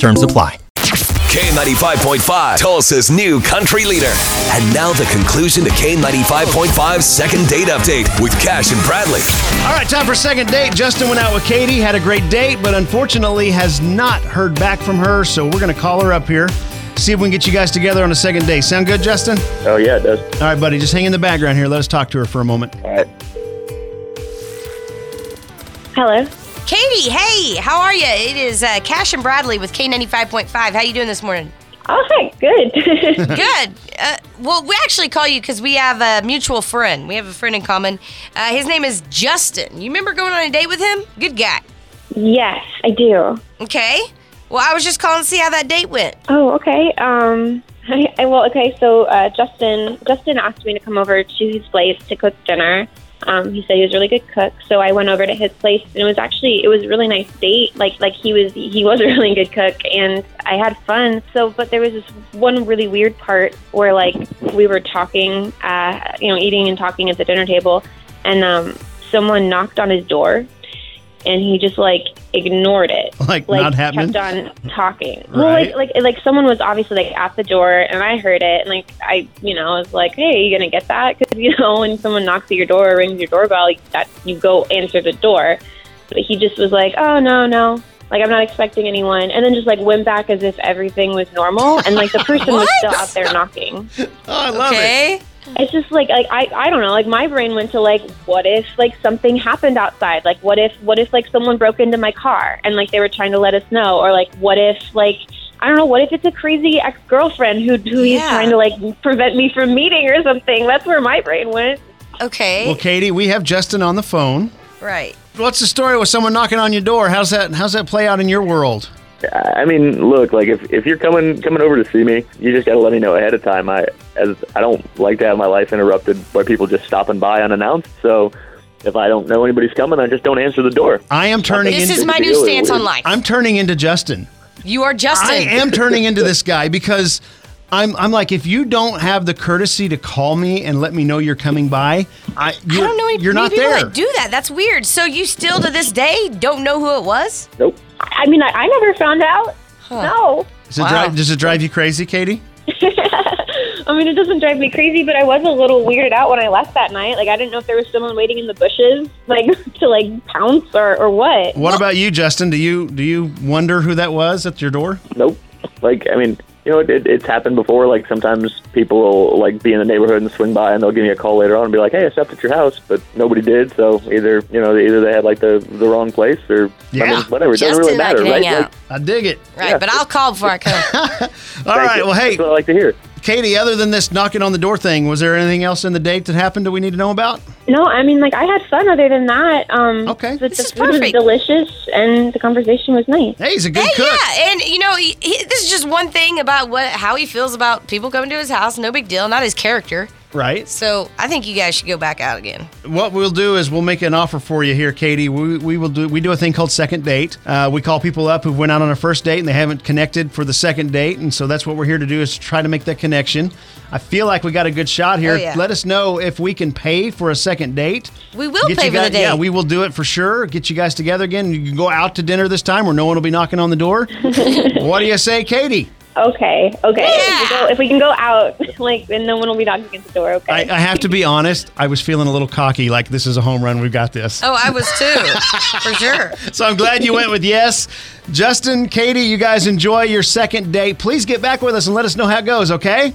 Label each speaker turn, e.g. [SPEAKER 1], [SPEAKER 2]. [SPEAKER 1] Terms apply.
[SPEAKER 2] K95.5, Tulsa's new country leader. And now the conclusion to K95.5's second date update with Cash and Bradley.
[SPEAKER 3] All right, time for second date. Justin went out with Katie, had a great date, but unfortunately has not heard back from her. So we're going to call her up here, see if we can get you guys together on a second date. Sound good, Justin?
[SPEAKER 4] Oh yeah, it does.
[SPEAKER 3] All right, buddy, just hang in the background here. Let us talk to her for a moment.
[SPEAKER 4] All right.
[SPEAKER 5] Hello.
[SPEAKER 6] Katie, hey, how are you? It is uh, Cash and Bradley with K95.5. How you doing this morning?
[SPEAKER 5] Oh, hi. Good.
[SPEAKER 6] Good. Uh, well, we actually call you because we have a mutual friend. We have a friend in common. Uh, his name is Justin. You remember going on a date with him? Good guy.
[SPEAKER 5] yes, I do.
[SPEAKER 6] Okay. Well, I was just calling to see how that date went.
[SPEAKER 5] Oh, okay. Um, I, I well, okay. So uh, Justin, Justin asked me to come over to his place to cook dinner. Um, he said he was a really good cook, so I went over to his place, and it was actually it was a really nice date. Like like he was he was a really good cook, and I had fun. So, but there was this one really weird part where like we were talking, uh, you know, eating and talking at the dinner table, and um, someone knocked on his door, and he just like ignored it
[SPEAKER 3] Like, not happening?
[SPEAKER 5] kept on talking. Well,
[SPEAKER 3] Right.
[SPEAKER 5] like like like someone was obviously like at the door, and I heard it, and like I you know was like, hey, you gonna get that? Because you know when someone knocks at your door or rings your doorbell, like that you go answer the door. But he just was like, oh no no. Like I'm not expecting anyone, and then just like went back as if everything was normal, and like the person was still out there knocking.
[SPEAKER 3] Oh, I love it.
[SPEAKER 6] okay.
[SPEAKER 5] It's just like like I I don't know like my brain went to like what if like something happened outside like what if what if like someone broke into my car and like they were trying to let us know or like what if like I don't know what if it's a crazy ex girlfriend who who he's
[SPEAKER 6] Yeah.
[SPEAKER 5] trying to like prevent me from meeting or something that's where my brain went
[SPEAKER 6] Okay.
[SPEAKER 3] Well, Katie, we have Justin on the phone.
[SPEAKER 6] Right.
[SPEAKER 3] What's the story with someone knocking on your door? How's that? How's that play out in your world?
[SPEAKER 4] I mean, look, like if if you're coming coming over to see me, you just got to let me know ahead of time. I as I don't like to have my life interrupted by people just stopping by unannounced. So if I don't know anybody's coming, I just don't answer the door.
[SPEAKER 3] I am turning
[SPEAKER 6] This
[SPEAKER 3] into.
[SPEAKER 6] is my new
[SPEAKER 4] Really
[SPEAKER 6] stance on
[SPEAKER 4] weird.
[SPEAKER 6] life.
[SPEAKER 3] I'm turning into Justin.
[SPEAKER 6] you are Justin.
[SPEAKER 3] I am turning into this guy because I'm I'm like if you don't have the courtesy to call me and let me know you're coming by, I
[SPEAKER 6] I
[SPEAKER 3] you're,
[SPEAKER 6] don't know. Any,
[SPEAKER 3] you're
[SPEAKER 6] many
[SPEAKER 3] not
[SPEAKER 6] people
[SPEAKER 3] there.
[SPEAKER 6] That do that? That's weird. So you still to this day don't know who it was?
[SPEAKER 4] Nope.
[SPEAKER 5] I I mean I, I never found out no
[SPEAKER 3] Does, it
[SPEAKER 6] Wow.
[SPEAKER 3] drive, does it drive you crazy, Katie?
[SPEAKER 5] I mean it doesn't drive me crazy but I was a little weirded out when I left that night like I didn't know if there was someone waiting in the bushes like to like pounce or or what
[SPEAKER 3] What about you, Justin? Do you do you wonder who that was at your door?
[SPEAKER 4] Nope. Like I mean, you know, it, it, it's happened before. Like sometimes people will like be in the neighborhood and swing by, and they'll give me a call later on and be like, "Hey, I stopped at your house," but nobody did. So either you know, either they had like the the wrong place or I
[SPEAKER 3] Yeah.
[SPEAKER 4] mean, whatever. It doesn't
[SPEAKER 6] Justin
[SPEAKER 4] really
[SPEAKER 6] and I
[SPEAKER 4] matter,
[SPEAKER 6] can
[SPEAKER 4] right?
[SPEAKER 6] hang
[SPEAKER 4] Like,
[SPEAKER 6] out.
[SPEAKER 3] I dig it.
[SPEAKER 6] Right, but I'll call before I come.
[SPEAKER 3] All
[SPEAKER 4] thank
[SPEAKER 3] right.
[SPEAKER 4] you.
[SPEAKER 3] Well, hey,
[SPEAKER 4] that's what I like to hear.
[SPEAKER 3] Katie. Other than this knocking on the door thing, was there anything else in the date that happened that we need to know about?
[SPEAKER 5] No, I mean, like, I had fun other than that. Um,
[SPEAKER 3] Okay.
[SPEAKER 5] The, the
[SPEAKER 6] This is
[SPEAKER 5] food was
[SPEAKER 6] perfect.
[SPEAKER 5] delicious, and the conversation was nice.
[SPEAKER 3] Hey, he's a good
[SPEAKER 6] Hey,
[SPEAKER 3] cook.
[SPEAKER 6] yeah, and you know, he, he, this is just one thing about what how he feels about people coming to his house. No big deal, not his character.
[SPEAKER 3] Right.
[SPEAKER 6] So I think you guys should go back out again.
[SPEAKER 3] What we'll do is we'll make an offer for you here, Katie. We, we will do we do a thing called second date. Uh, we call people up who went out on a first date and they haven't connected for the second date, and so that's what we're here to do is try to make that connection. I feel like we got a good shot here.
[SPEAKER 6] Oh, yeah.
[SPEAKER 3] Let us know if we can pay for a second date.
[SPEAKER 6] We will
[SPEAKER 3] Get
[SPEAKER 6] pay
[SPEAKER 3] you
[SPEAKER 6] for the
[SPEAKER 3] guys-
[SPEAKER 6] date.
[SPEAKER 3] Yeah, we will do it for sure. Get you guys together again. You can go out to dinner this time, where no one will be knocking on the door. what do you say, Katie?
[SPEAKER 5] Okay, okay. If, we
[SPEAKER 6] Yeah.
[SPEAKER 5] go, if we can go out, like, then no one will be knocking at the door, okay?
[SPEAKER 3] I, I have to be honest. I was feeling a little cocky, like this is a home run. We've got this.
[SPEAKER 6] oh, I was too, for sure.
[SPEAKER 3] So I'm glad you went with yes. Justin, Katie, you guys enjoy your second date. Please get back with us and let us know how it goes, okay?